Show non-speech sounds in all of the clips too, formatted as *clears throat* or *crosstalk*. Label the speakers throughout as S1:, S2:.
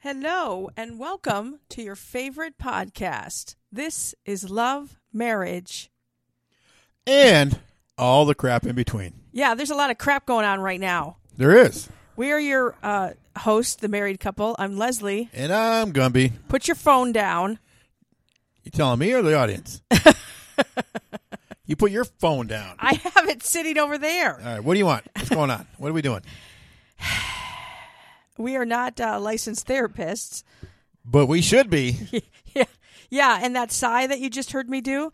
S1: Hello, and welcome to your favorite podcast. This is Love Marriage.
S2: and all the crap in between.
S1: Yeah, there's a lot of crap going on right now.
S2: There is.
S1: We are your uh, host, the married couple. I'm Leslie.
S2: And I'm Gumby.
S1: Put your phone down.
S2: You telling me or the
S1: *laughs*
S2: audience? you put your phone down.
S1: I *laughs* have it sitting over there.
S2: All right, what do you want? What's going on? What are we doing?
S1: We are not uh, licensed therapists. *laughs*
S2: But we should be.
S1: yeah, yeah. And that sigh that you just heard me do,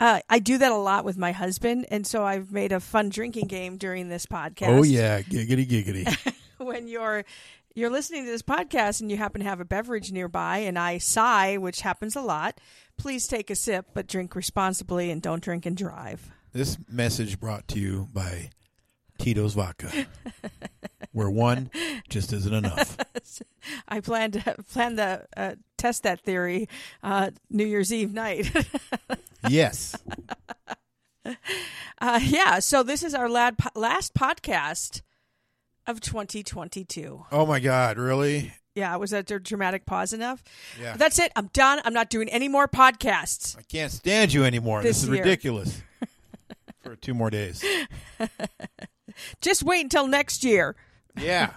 S1: uh, I do that a lot with my husband, and so I've made a fun drinking game during this podcast.
S2: Oh yeah, giggity
S1: *laughs*
S2: giggity.
S1: when you're you're listening to this podcast and you happen to have a beverage nearby and I sigh, which happens a lot, please take a sip but drink responsibly and don't drink and drive.
S2: this message brought to you by Tito's Vodka. Where one just
S1: *laughs*
S2: isn't enough.
S1: I plan *laughs* to plan to uh, test that theory uh, New Year's Eve night. *laughs*
S2: Yes.
S1: uh, yeah, so this is our lad po- last podcast of 2022.
S2: Oh my god, really?
S1: Yeah, was that a dramatic pause enough?
S2: Yeah.
S1: That's it. I'm done. I'm not doing any more podcasts.
S2: I can't stand you anymore. This,
S1: This
S2: is
S1: year. *laughs*
S2: ridiculous. For two more days.
S1: Just wait until next year.
S2: Yeah.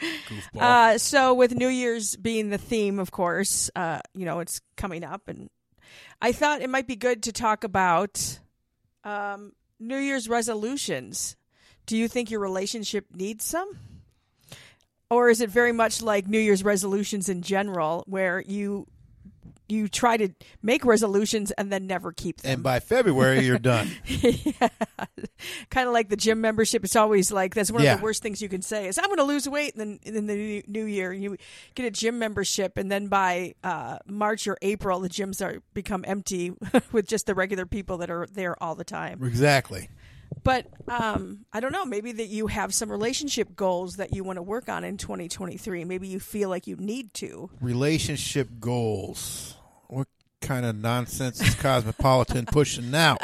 S2: Goofball.
S1: Uh, so with New Year's being the theme, of course, uh, you know it's coming up, and I thought it might be good to talk about um, New Year's resolutions. Do you think your relationship needs some, or is it very much like New Year's resolutions in general, where you you try to make resolutions and then never keep them?
S2: and by February you're done.
S1: *laughs* kind of like the gym membership. It's always like that's one of
S2: Yeah.
S1: the worst things you can say is I'm going to lose weight, and then in the new- new year you get a gym membership, and then by uh, March or April the gyms are become empty *laughs* with just the regular people that are there all the time.
S2: Exactly.
S1: But um, I don't know. Maybe that you have some relationship goals that you want to work on in 2023. Maybe you feel like you need to.
S2: Relationship goals. What kind of nonsense is
S1: *laughs*
S2: Cosmopolitan pushing now?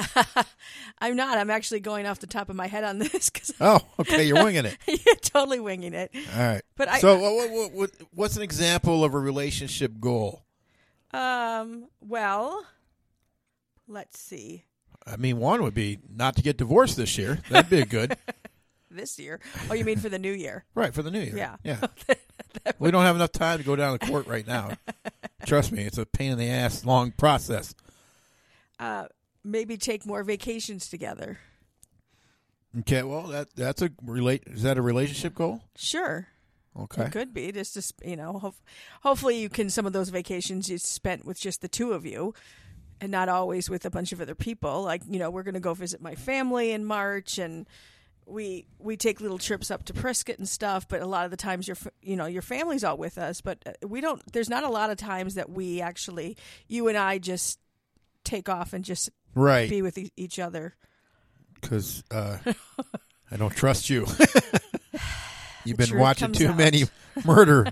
S1: I'm not. I'm actually going off the top of my head on *laughs* this because
S2: Oh, okay, you're winging it.
S1: *laughs* you're totally winging it.
S2: All right.
S1: But I-
S2: so, what, what, what, what's an example of a relationship goal?
S1: Um. Well, let's see.
S2: I mean, one would be not to get divorced this year. That'd be
S1: *laughs*
S2: a good,
S1: This year? Oh, you mean for the new year? *laughs*
S2: right, for the new year.
S1: Yeah.
S2: Yeah. we don't have enough time to go down to court right now.
S1: *laughs*
S2: Trust me, it's a pain in the ass, long process.
S1: Uh, maybe take more vacations together.
S2: Okay, well, that that's a relate. Is that a relationship goal?
S1: Sure,
S2: Okay.
S1: it could be. Just, just you know, hof- hopefully you can some of those vacations you spent with just the two of you, and not always with a bunch of other people. Like you know, we're going to go visit my family in March, and we we take little trips up to Prescott and stuff. But a lot of the times your f- you know your family's all with us, but uh, we don't. There's not a lot of times that we actually you and I just take off and just be
S2: Right.
S1: with e- each other.
S2: Because
S1: *laughs*
S2: uh, I don't trust you. *laughs*
S1: The
S2: You've been
S1: truth
S2: watching
S1: comes
S2: too
S1: out. *laughs*
S2: many murder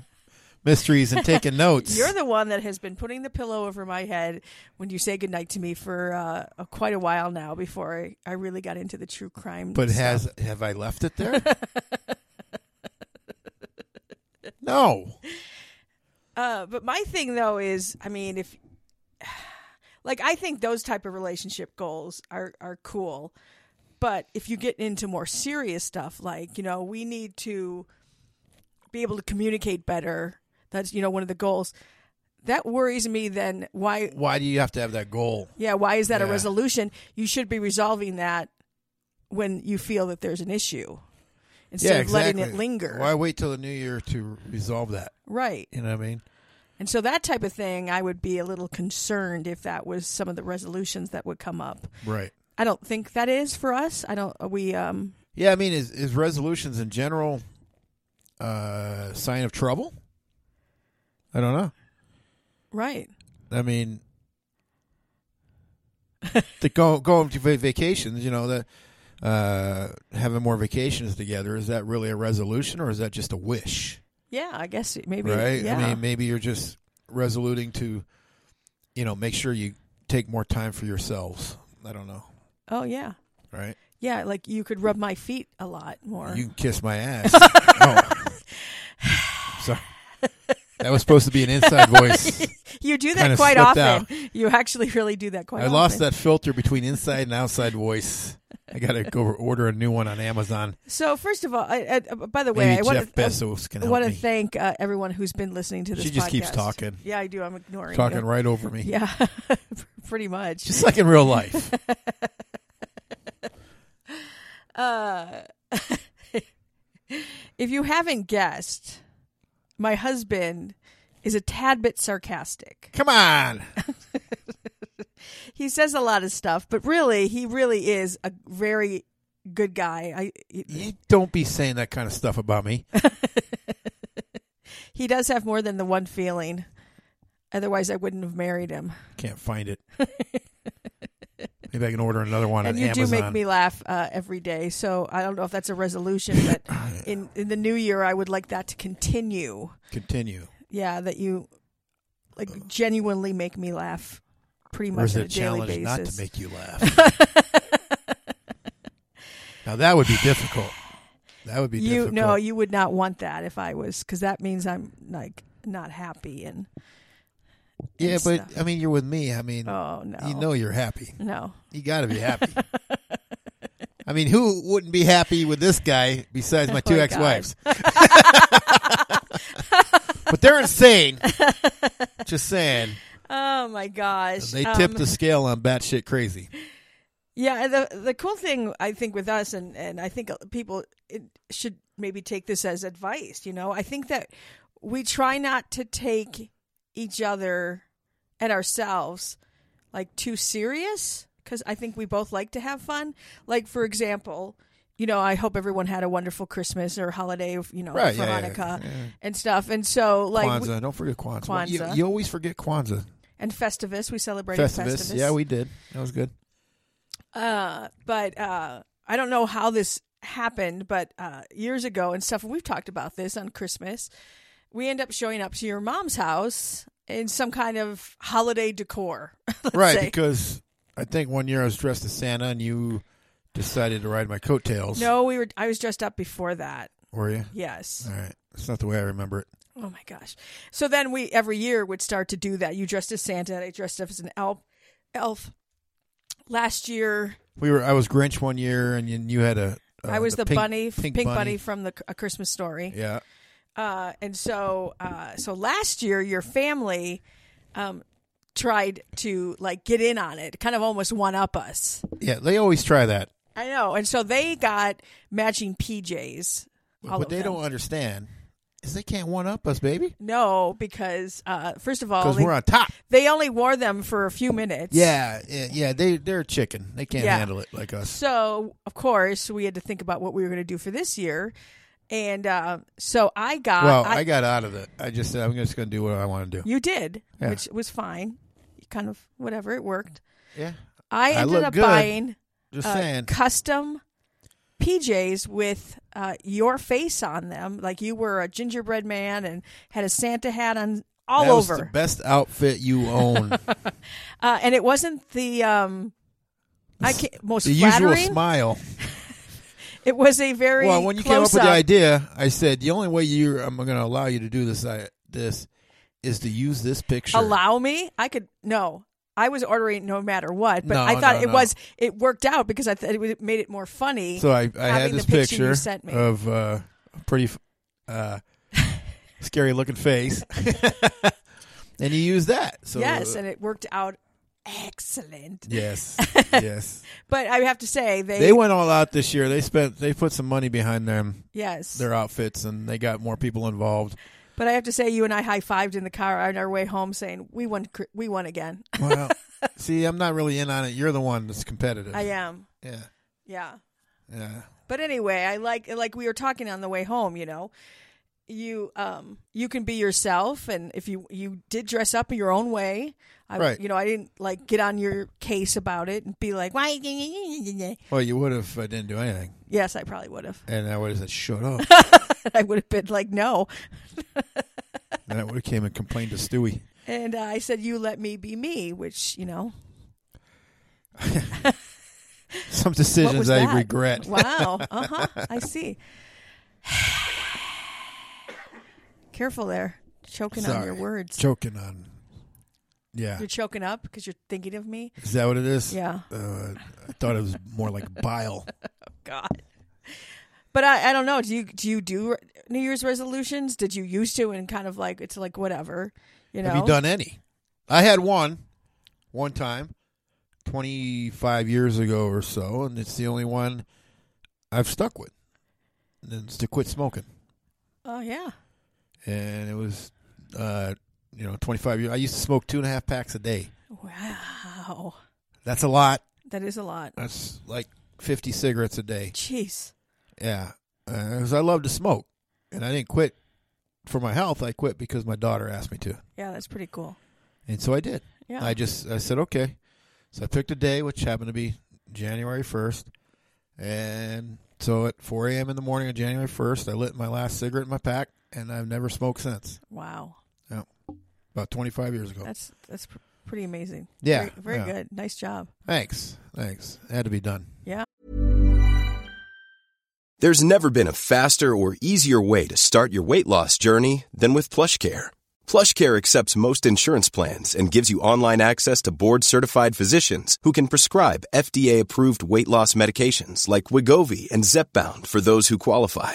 S2: mysteries and taking notes.
S1: You're the one that has been putting the pillow over my head when you say goodnight to me for uh, quite a while now before I, I really got into the true crime.
S2: but
S1: stuff.
S2: has have I left it
S1: *laughs*
S2: there? no.
S1: Uh, but my thing though is, I mean, if *sighs* like I think those type of relationship goals are are cool, but if you get into more serious stuff, like you know, we need to be able to communicate better. That's you know one of the goals. That worries me. Then why
S2: Why do you have to have that goal?
S1: Yeah, why is that a
S2: Yeah.
S1: resolution? You should be resolving that when you feel that there's an issue instead
S2: yeah, exactly.
S1: of letting it linger.
S2: Why wait till the new year to resolve that?
S1: Right.
S2: You know what I mean?
S1: And so that type of thing, I would be a little concerned if that was some of the resolutions that would come up.
S2: Right.
S1: I don't think that is for us. I don't we um
S2: Yeah, I mean, is, is resolutions in general uh sign of trouble? I don't know.
S1: Right.
S2: I
S1: *laughs*
S2: mean, to go going to va- vacations, you know, that uh, having more vacations together is that really a resolution or is that just a wish?
S1: Yeah, I guess it- maybe.
S2: right?
S1: Yeah.
S2: I mean, maybe you're just resoluting to, you know, make sure you take more time for yourselves. I don't know,
S1: oh yeah.
S2: right?
S1: Yeah, like you could rub my feet a lot more.
S2: You can kiss my ass. *laughs* oh. *sighs* Sorry. That was supposed to be
S1: *laughs*
S2: an inside voice.
S1: You do
S2: Kinda
S1: that quite
S2: slipped
S1: often. You actually *laughs* really do that quite
S2: I
S1: often.
S2: lost that filter between inside and outside voice. I gotta go order a new one on Amazon.
S1: So first of all, I, I, by the way,
S2: Maybe
S1: I
S2: Jeff
S1: want to
S2: Bezos can
S1: I
S2: help
S1: want to
S2: me.
S1: thank uh, everyone who's been listening to this.
S2: She just keeps
S1: podcast.
S2: talking.
S1: Yeah, I do. I'm ignoring you.
S2: Talking right over me,
S1: Yeah, *laughs* pretty much.
S2: just like in
S1: *laughs*
S2: real life.
S1: Uh, *laughs* if you haven't guessed, my husband is a tad bit sarcastic.
S2: Come on,
S1: He says a lot of stuff, but really, he really is a very good guy. I
S2: you don't be saying that kind of stuff about me.
S1: he does have more than the one feeling. Otherwise, I wouldn't have married him.
S2: Can't find it. Maybe I can order another one
S1: and
S2: on
S1: you
S2: Amazon.
S1: do make me laugh uh, every day. So I don't know if that's a resolution, but in in the new year, I would like that to continue.
S2: *clears throat* Continue.
S1: Yeah, that you like genuinely make me laugh pretty
S2: Or
S1: much
S2: is
S1: on
S2: it
S1: a
S2: a
S1: daily
S2: challenge
S1: basis. *laughs*
S2: not to make you laugh? now that would be difficult. That would be
S1: you
S2: difficult.
S1: no, you would not want that if I was, because that means I'm like not happy and
S2: yeah,
S1: and
S2: but
S1: stuff.
S2: I mean, you're with me. I mean,
S1: oh no,
S2: you know, you're happy.
S1: no,
S2: You got to
S1: *laughs*
S2: be happy. I mean, who wouldn't be happy with this guy besides
S1: *laughs*
S2: my two
S1: my
S2: ex-wives? but
S1: *laughs*
S2: they're insane. Just saying,
S1: oh my gosh,
S2: they
S1: Um,
S2: tip the scale on batshit crazy.
S1: Yeah, and the the cool thing I think with us, and and I think uh, people it should maybe take this as advice. You know, I think that we try not to take each other and ourselves like too serious because I think we both like to have fun. Like for example. You know, I hope everyone had a wonderful Christmas or holiday, you know,
S2: Right,
S1: Oh, for
S2: yeah, yeah,
S1: Hanukkah and stuff. And so, like,
S2: Kwanzaa,
S1: we,
S2: don't forget Kwanzaa. You,
S1: Kwanzaa.
S2: you always forget Kwanzaa.
S1: and Festivus, we celebrated
S2: Festivus. Yeah, we did. That was good.
S1: Uh, but uh, I don't know how this happened, but uh, years ago and stuff, and we've talked about this on Christmas, we end up showing up to your mom's house in some kind of holiday decor. *laughs* let's
S2: *laughs* Right,
S1: say.
S2: because I think one year I was dressed as Santa and you decided to ride my coattails.
S1: No, we were. I was dressed up before that.
S2: Were you?
S1: Yes.
S2: All right. That's not the way I remember it.
S1: Oh my gosh. So then we every year would start to do that. You dressed as Santa. I dressed up as an elf. Elf. Last year,
S2: We were. I was Grinch one year, and you, you had a. uh,
S1: I was the,
S2: pink-
S1: bunny,
S2: pink,
S1: bunny. from the A Christmas Story.
S2: Yeah,
S1: Uh, and so, uh, so last year, your family um, tried to like get in on it, kind of almost one up us.
S2: yeah. They always try that,
S1: I know. And so they got matching PJs. all
S2: but
S1: of
S2: they
S1: them.
S2: don't uh, understand is they can't one up us, baby,
S1: No, because uh, first of all,
S2: because
S1: they,
S2: we're on top.
S1: they only wore them for a few minutes.
S2: Yeah, yeah, yeah. They they're chicken. They can't
S1: Yeah.
S2: handle it like us.
S1: So, of course, we had to think about what we were going to do for this year. And uh, so I got.
S2: Well, I, got out of it. I just said I'm just going to do what I want to do.
S1: you did,
S2: Yeah.
S1: which was fine. Kind of whatever, it worked.
S2: Yeah,
S1: I
S2: I
S1: ended
S2: look
S1: up
S2: good.
S1: buying
S2: just
S1: uh,
S2: saying.
S1: custom PJs with uh, your face on them, like you were a gingerbread man and had a Santa hat on all
S2: that was the
S1: over.
S2: best outfit you own.
S1: *laughs* Uh, and it wasn't the um, I can't, most
S2: the usual
S1: flattering.
S2: smile.
S1: it was a very
S2: Well, when you came up
S1: close
S2: with the idea, I said the only way you I'm going to allow you to do this I, this is to use this picture.
S1: Allow me, I could no. I was ordering no matter what, but
S2: No,
S1: I thought
S2: no,
S1: it
S2: no.
S1: was it worked out because I thought it would- made it more funny.
S2: So I, I
S1: having
S2: had
S1: the
S2: this
S1: picture you
S2: picture,
S1: sent me.
S2: of uh, a pretty f-
S1: *laughs*
S2: uh, scary looking face, *laughs* and you used that. So uh,
S1: yes, and it worked out excellent. *laughs*
S2: yes, yes.
S1: But I have to say they,
S2: They went all out this year. They spent they put some money behind them
S1: yes
S2: their outfits, and they got more people involved.
S1: But I have to say, you and I high fived in the car on our way home, saying we won, cr- we won again. *laughs*
S2: Well, *laughs* see, I'm not really in on it. You're the one that's competitive.
S1: I am,
S2: Yeah,
S1: yeah.
S2: yeah.
S1: But anyway, I like like we were talking on the way home, you know. You um you can be yourself and if you you did dress up in your own way. I
S2: Right.
S1: you know, I didn't like get on your case about it and be like, "Why?"
S2: Well, you would have. I didn't do anything,
S1: Yes, I probably would have. *laughs*
S2: and I would have said, "Shut up,"
S1: I would have been like, "No."
S2: and I would have came and complained to Stewie. *laughs*
S1: And uh, I said, "You let me be me," which, you know,
S2: Some
S1: what
S2: decisions
S1: was
S2: I
S1: that?
S2: regret.
S1: Wow. Uh huh. I see. *sighs* Careful there, choking on your
S2: Sorry.
S1: words.
S2: Choking on. Yeah,
S1: You're choking up because you're thinking of me.
S2: is that what it is?
S1: Yeah.
S2: Uh, I thought it was more like bile.
S1: God. But I, I don't know. Do you do you do New Year's resolutions? Did you used to and kind of like it's like whatever, you know?
S2: Have you done any? I had one, one time, twenty five years ago or so, and it's the only one I've stuck with. And it's to quit smoking,
S1: Oh yeah.
S2: and it was, uh, you know, twenty five years. I used to smoke two and a half packs a day.
S1: Wow.
S2: That's a lot.
S1: That is a lot.
S2: That's like fifty cigarettes a day.
S1: Jeez.
S2: Yeah, because I love to smoke, and I didn't quit for my health. I quit because my daughter asked me to,
S1: Yeah, that's pretty cool.
S2: and so I did.
S1: Yeah.
S2: I just I said okay, so I picked a day which happened to be January first, and so at 4 a.m. in the morning on January first, I lit my last cigarette in my pack, and I've never smoked since.
S1: wow.
S2: About 25 years ago.
S1: That's that's pr- pretty amazing.
S2: Oh. yeah,
S1: Very, very
S2: yeah.
S1: good. Nice job.
S2: Thanks, thanks. Had to be done.
S1: Yeah.
S3: There's never been a faster or easier way to start your weight loss journey than with PlushCare. PlushCare accepts most insurance plans and gives you online access to board-certified physicians who can prescribe FDA-approved weight loss medications like Wigovi and Zepbound for those who qualify.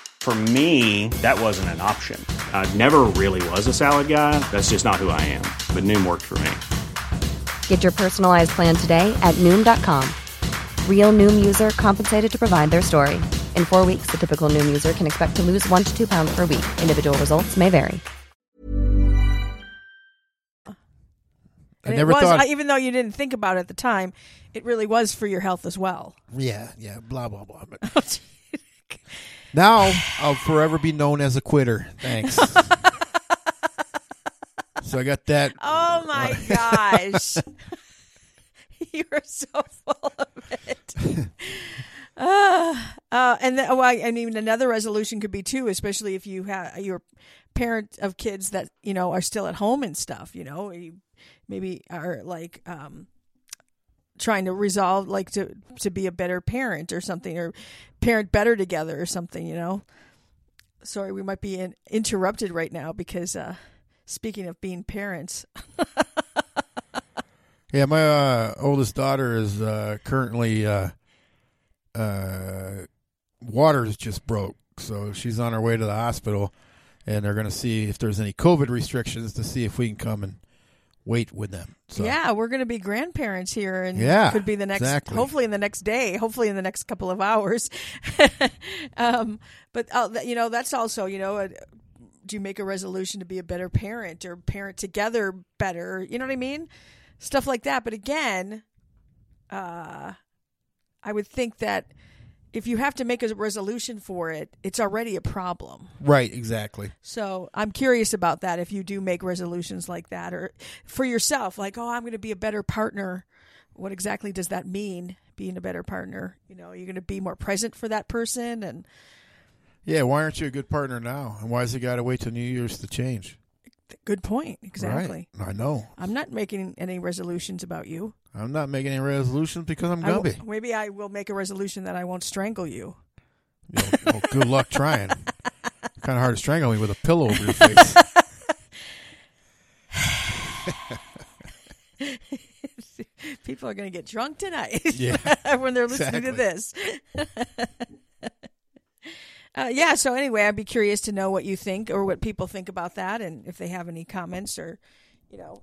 S4: For me, that wasn't an option. I never really was a salad guy. That's just not who I am. But Noom worked for me.
S5: Get your personalized plan today at Noom.com. Real Noom user compensated to provide their story. In four weeks, the typical Noom user can expect to lose one to two pounds per week. Individual results may vary.
S2: I
S1: And
S2: never
S1: it was,
S2: thought.
S1: I- even though you didn't think about it at the time, it really was for your health as
S2: *laughs*
S1: well.
S2: yeah, yeah. Blah blah blah. But Now I'll forever be known as a quitter.
S1: *laughs*
S2: Thanks. so I got that.
S1: oh my gosh. *laughs* You're so full of it. *sighs* uh, uh, and then, oh, I, and even another resolution could be too, especially if you have your parent of kids that you know are still at home and stuff. You know, you maybe are like um, trying to resolve like to to be a better parent or something, or parent better together or something. You know, sorry, we might be in, interrupted right now because uh, speaking of being parents,
S2: Yeah, my uh, oldest daughter is uh, currently uh, uh, water's just broke, so she's on her way to the hospital, and they're going to see if there's any COVID restrictions to see if we can come and wait with them. So
S1: Yeah, we're going to be grandparents here, and
S2: Yeah,
S1: could be the next,
S2: exactly.
S1: hopefully in the next day, hopefully in the next couple of hours. *laughs* um, but uh, th- you know, that's also you know, a, do you make a resolution to be a better parent or parent together better? You know what I mean? Stuff like that. But again, uh, I would think that if you have to make a resolution for it, it's already a problem.
S2: right, exactly.
S1: So I'm curious about that. If you do make resolutions like that, or for yourself, like, oh, I'm going to be a better partner. What exactly does that mean? Being a better partner, you know, you're going to be more present for that person, and
S2: Yeah, why aren't you a good partner now, and why has it got to wait till New Year's to change?
S1: good point, exactly.
S2: Right. I know.
S1: I'm not making any resolutions about you.
S2: I'm not making any resolutions because I'm
S1: I
S2: gonna
S1: w-
S2: be.
S1: maybe I will make a resolution that I won't strangle you.
S2: You know, well, good luck trying. kind of hard to strangle me with a pillow over your face.
S1: People are going to get drunk tonight *laughs*
S2: Yeah.
S1: when they're listening
S2: Exactly.
S1: to this. *laughs* uh, yeah, so anyway, I'd be curious to know what you think or what people think about that and if they have any comments or, you know,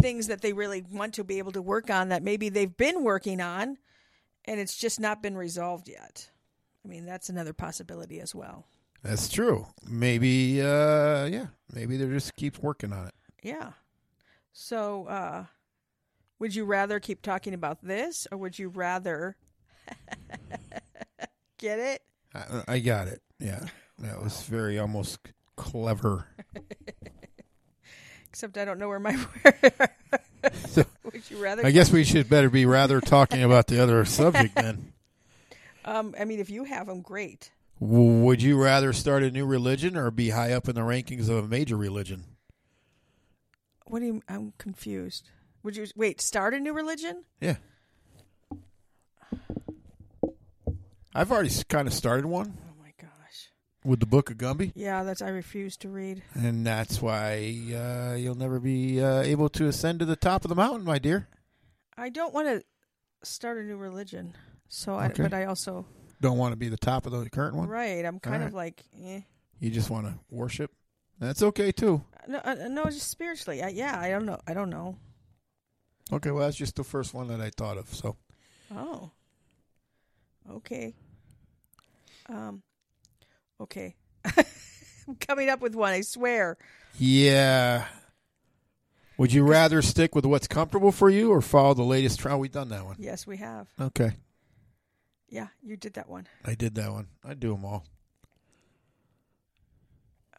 S1: things that they really want to be able to work on that maybe they've been working on and it's just not been resolved yet. I mean, that's another possibility as well.
S2: That's true. Maybe, uh, yeah, maybe they just keep working on it.
S1: Yeah. So, uh, would you rather keep talking about this or would you rather *laughs* get it?
S2: I, I got it. Yeah, that was very almost clever.
S1: Except I don't know where my *laughs*
S2: So
S1: would you rather
S2: I guess we should better be rather talking about the other subject then.
S1: um I mean if you have them great.
S2: W- Would you rather start a new religion or be high up in the rankings of a major religion?
S1: What do you I'm confused. Would you wait, start a new religion?
S2: Yeah. I've already kind of started one
S1: Oh my gosh.
S2: with the Book of Gumby,
S1: Yeah, that's I refuse to read.
S2: and that's why uh, you'll never be uh, able to ascend to the top of the mountain, my dear.
S1: I don't want to start a new religion. So I
S2: Okay.
S1: but I also
S2: Don't want to be the top of the current one.
S1: right, I'm kind of
S2: right.
S1: like eh.
S2: You just want to worship. That's okay too.
S1: No, uh, no, just spiritually. I, yeah, I don't know. I don't know.
S2: Okay, well that's just the first one that I thought of. So
S1: Oh. Okay. Um okay. *laughs* I'm coming up with one, I swear.
S2: yeah. Would you rather stick with what's comfortable for you or follow the latest trend? We've done that one.
S1: Yes, we have.
S2: Okay,
S1: Yeah, you did that one.
S2: I did that one. I do them all.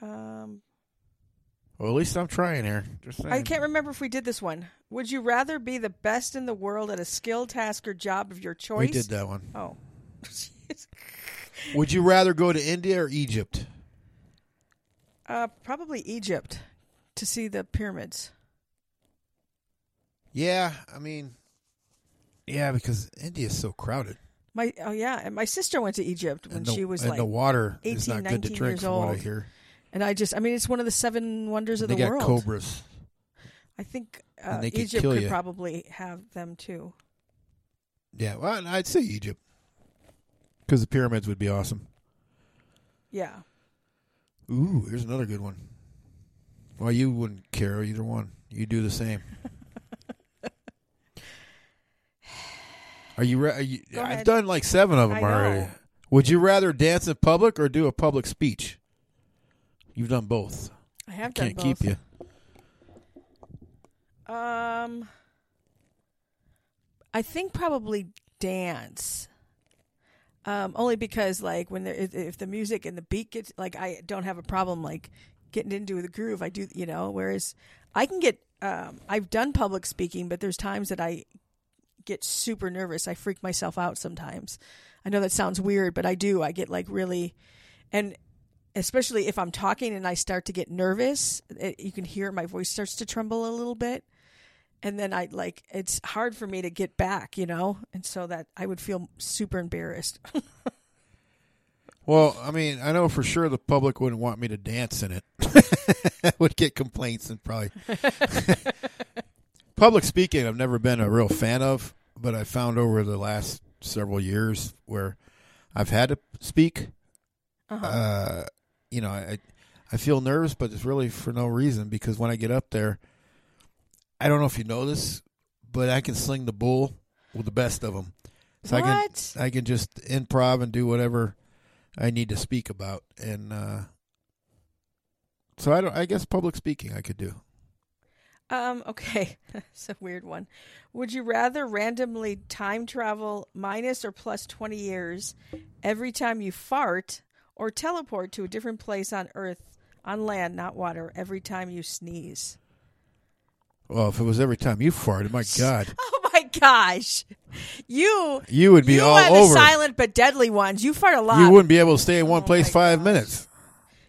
S1: Um
S2: Well, at least I'm trying here. Just saying.
S1: I can't remember if we did this one. Would you rather be the best in the world at a skill, task, or job of your choice?
S2: We did that one.
S1: Oh. *laughs* Jeez.
S2: Would you rather go to India or Egypt?
S1: uh, probably Egypt to see the pyramids.
S2: Yeah, I mean, yeah, because India's so crowded,
S1: My oh yeah, and my sister went to Egypt when
S2: and the,
S1: she was
S2: and
S1: like,
S2: the water is
S1: 18,
S2: not good to
S1: 19
S2: drink
S1: years
S2: from what I
S1: old.
S2: hear.
S1: and I just I mean it's one of the seven wonders of
S2: they
S1: the
S2: got
S1: world.
S2: cobras.
S1: I think
S2: And
S1: uh,
S2: they could
S1: Egypt
S2: kill
S1: could
S2: you.
S1: probably have them too.
S2: Yeah, well, and I'd say Egypt because the pyramids would be awesome.
S1: Yeah.
S2: Ooh, here's another good one. Well, you wouldn't care either one. You do
S1: *laughs*
S2: the same. Are you? Re- are you
S1: Go
S2: I've
S1: ahead.
S2: done like seven of them
S1: I know.
S2: already. Would you rather dance in public or do a public speech? You've done both.
S1: I have done
S2: Can't
S1: both.
S2: keep you.
S1: Um, I think probably dance. Um, only because like when there, if, if the music and the beat gets like I don't have a problem like getting into the groove. I do, you know. Whereas I can get, um, I've done public speaking, but there's times that I get super nervous. I freak myself out sometimes. I know that sounds weird, but I do. I get like really, and especially if I'm talking and I start to get nervous, it, you can hear my voice starts to tremble a little bit. And then I like, it's hard for me to get back, you know? And so that I would feel super embarrassed. *laughs*
S2: Well, I mean, I know for sure the public wouldn't want me to dance in it. *laughs* I would get complaints and probably public speaking. I've never been a real fan of, but I found over the last several years where I've had to speak. Uh, you know, I I feel nervous, but it's really for no reason because when I get up there, I don't know if you know this, but I can sling the bull with the best of them. So I
S1: What?
S2: can I can just improv and do whatever I need to speak about, and uh, so I don't. I guess public speaking I could do.
S1: um, okay. *laughs* it's a weird one. Would you rather randomly time travel minus or plus 20 years every time you fart or teleport to a different place on earth, on land, not water, every time you sneeze? *laughs*
S2: Well, if it was every time you farted, my God,
S1: Oh my gosh. You
S2: You would be all
S1: are
S2: over.
S1: the silent but deadly ones. You fart a lot.
S2: you wouldn't be able to stay in one
S1: Oh
S2: place
S1: my
S2: five
S1: gosh.
S2: minutes.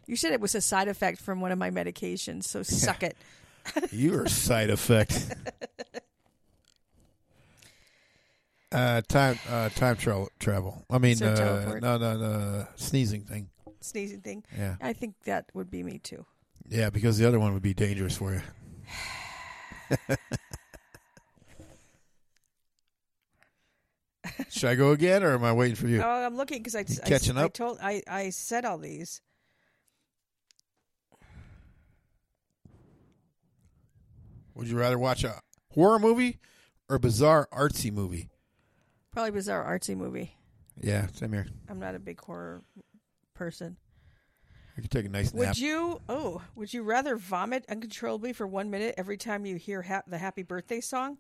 S1: You said it was a side effect from one of my medications,
S2: *laughs*
S1: so suck it.
S2: You're a side
S1: *laughs*
S2: effect. Uh, time, uh, time tra- travel. I mean,
S1: So
S2: uh,
S1: teleport.
S2: no, no, no, sneezing thing.
S1: Sneezing thing.
S2: Yeah.
S1: I think that would be me too.
S2: Yeah, because the other one would be dangerous for you. Should I go again, or am I waiting for you?
S1: Oh, I'm looking because I,
S2: You
S1: I-
S2: catching
S1: I
S2: up?
S1: told I I said all these.
S2: Would you rather watch a horror movie or a bizarre artsy movie?
S1: Probably bizarre artsy movie.
S2: Yeah, same here.
S1: I'm not a big horror person.
S2: You could take a nice
S1: Would
S2: nap.
S1: you? Oh, would you rather vomit uncontrollably for one minute every time you hear ha- the Happy Birthday song,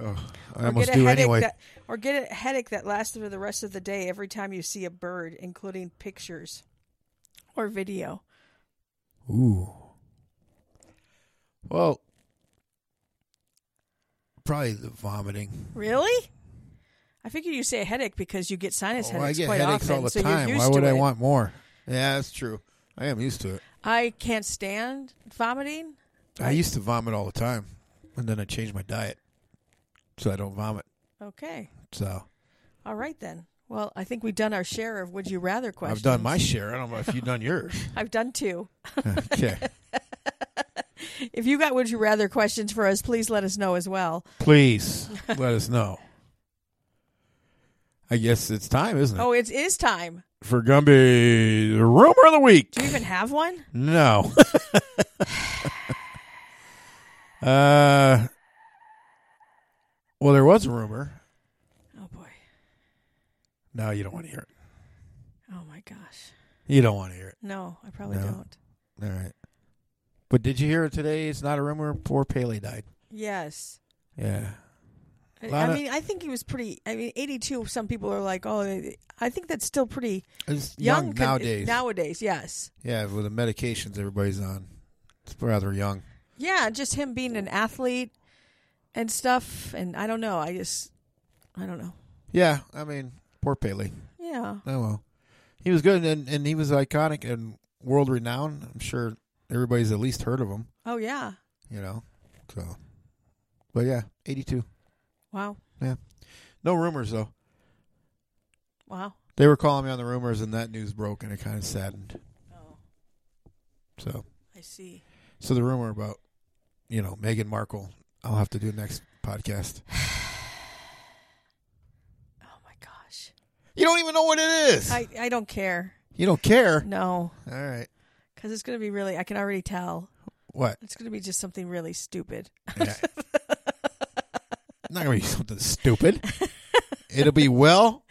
S2: oh, I
S1: or
S2: almost
S1: get a
S2: do
S1: headache
S2: anyway.
S1: that, or get a headache that lasts for the rest of the day every time you see a bird, including pictures or video?
S2: Ooh. Well, probably the vomiting.
S1: Really? I figured you say a headache because you get sinus
S2: Oh, I
S1: headaches
S2: get
S1: quite
S2: headaches
S1: often,
S2: all the
S1: so
S2: time.
S1: you're used
S2: Why would
S1: to
S2: I
S1: it.
S2: want more? Yeah, that's true. I am used to it.
S1: I can't stand vomiting.
S2: I used to vomit all the time, and then I changed my diet so I don't vomit.
S1: Okay.
S2: So
S1: All right then. Well, I think we've done our share of would you rather questions.
S2: I've done my share. I don't know if you've
S1: *laughs*
S2: done yours.
S1: I've done two.
S2: okay,
S1: If you got would you rather questions for us, please let us know as well.
S2: please let us know. I guess it's time, isn't it,
S1: Oh, it is time.
S2: for Gumby the rumor of the week?
S1: Do you even have one?
S2: No. *laughs* uh, well, there was a rumor.
S1: Oh boy.
S2: No, you don't want to hear it.
S1: Oh my gosh.
S2: You don't want to hear it.
S1: No, I probably
S2: No.
S1: don't.
S2: All right. But did you hear it today? It's not a rumor. Poor Paley died.
S1: Yes.
S2: Yeah.
S1: I-
S2: Lana-
S1: I mean, I think he was pretty. I mean, eighty-two. Some people are like, "Oh, they- I think that's still pretty
S2: It's
S1: young,
S2: young,
S1: con-
S2: nowadays.
S1: Nowadays, yes,
S2: yeah, with the medications everybody's on. It's rather young.
S1: yeah. Just him being an athlete and stuff. And I don't know. I just, I don't know.
S2: Yeah, I mean, poor Paley.
S1: Yeah.
S2: Oh, well. He was good, and, and he was iconic and world renowned. I'm sure everybody's at least heard of him,
S1: Oh yeah.
S2: you know? So, but yeah, 82.
S1: Wow.
S2: No rumors, though.
S1: Wow.
S2: They were calling me on the rumors, and that news broke, and it kind of saddened. So,
S1: I see.
S2: So the rumor about, you know, Meghan Markle, I'll have to do next podcast.
S1: Oh my gosh.
S2: You don't even know what it is.
S1: I I don't care.
S2: you don't care.
S1: No,
S2: All right.
S1: because it's gonna be really. I can already tell.
S2: What?
S1: It's gonna be just something really stupid. *laughs*
S2: Yeah. *laughs* Not gonna be something stupid. It'll be well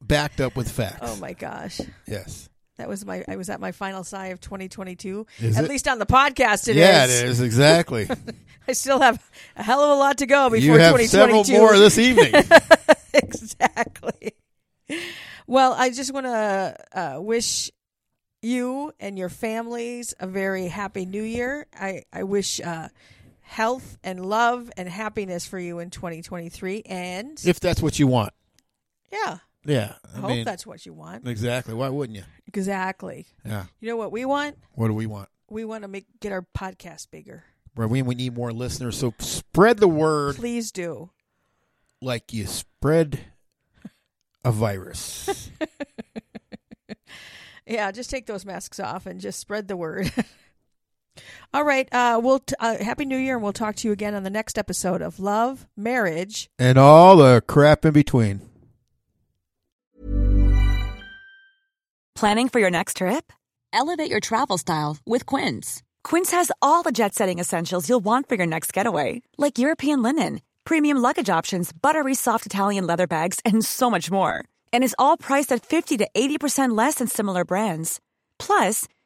S2: backed up with facts.
S1: Oh my gosh.
S2: Yes.
S1: That was my. I was at my final sigh of 2022.
S2: Is
S1: At
S2: it?
S1: least on the podcast, it is.
S2: yeah, it
S1: *laughs*
S2: is exactly.
S1: I still have a hell of a lot to go before
S2: you have
S1: 2022.
S2: several more
S1: *laughs*
S2: this evening.
S1: exactly. Well, I just want to uh, wish you and your families a very happy new year. I, I wish uh, health and love and happiness for you in 2023. And
S2: if that's what you want.
S1: yeah,
S2: Yeah. I
S1: I hope
S2: mean,
S1: that's what you want.
S2: exactly. Why wouldn't you?
S1: Exactly.
S2: Yeah.
S1: You know what we want?
S2: What do we want?
S1: We want to make get our podcast bigger.
S2: Well, We we need more listeners, so spread the word.
S1: Please do.
S2: like you spread
S1: *laughs*
S2: a virus.
S1: Yeah, just take those masks off and just spread the word. *laughs* All right. Uh, we'll t- uh, happy New Year, and we'll talk to you again on the next episode of Love, Marriage.
S2: and all the crap in between.
S6: Planning for your next trip? Elevate your travel style with Quince. Quince has all the jet setting essentials you'll want for your next getaway, like European linen, premium luggage options, buttery soft Italian leather bags, and so much more. And is all priced at 50 to 80% less than similar brands. Plus,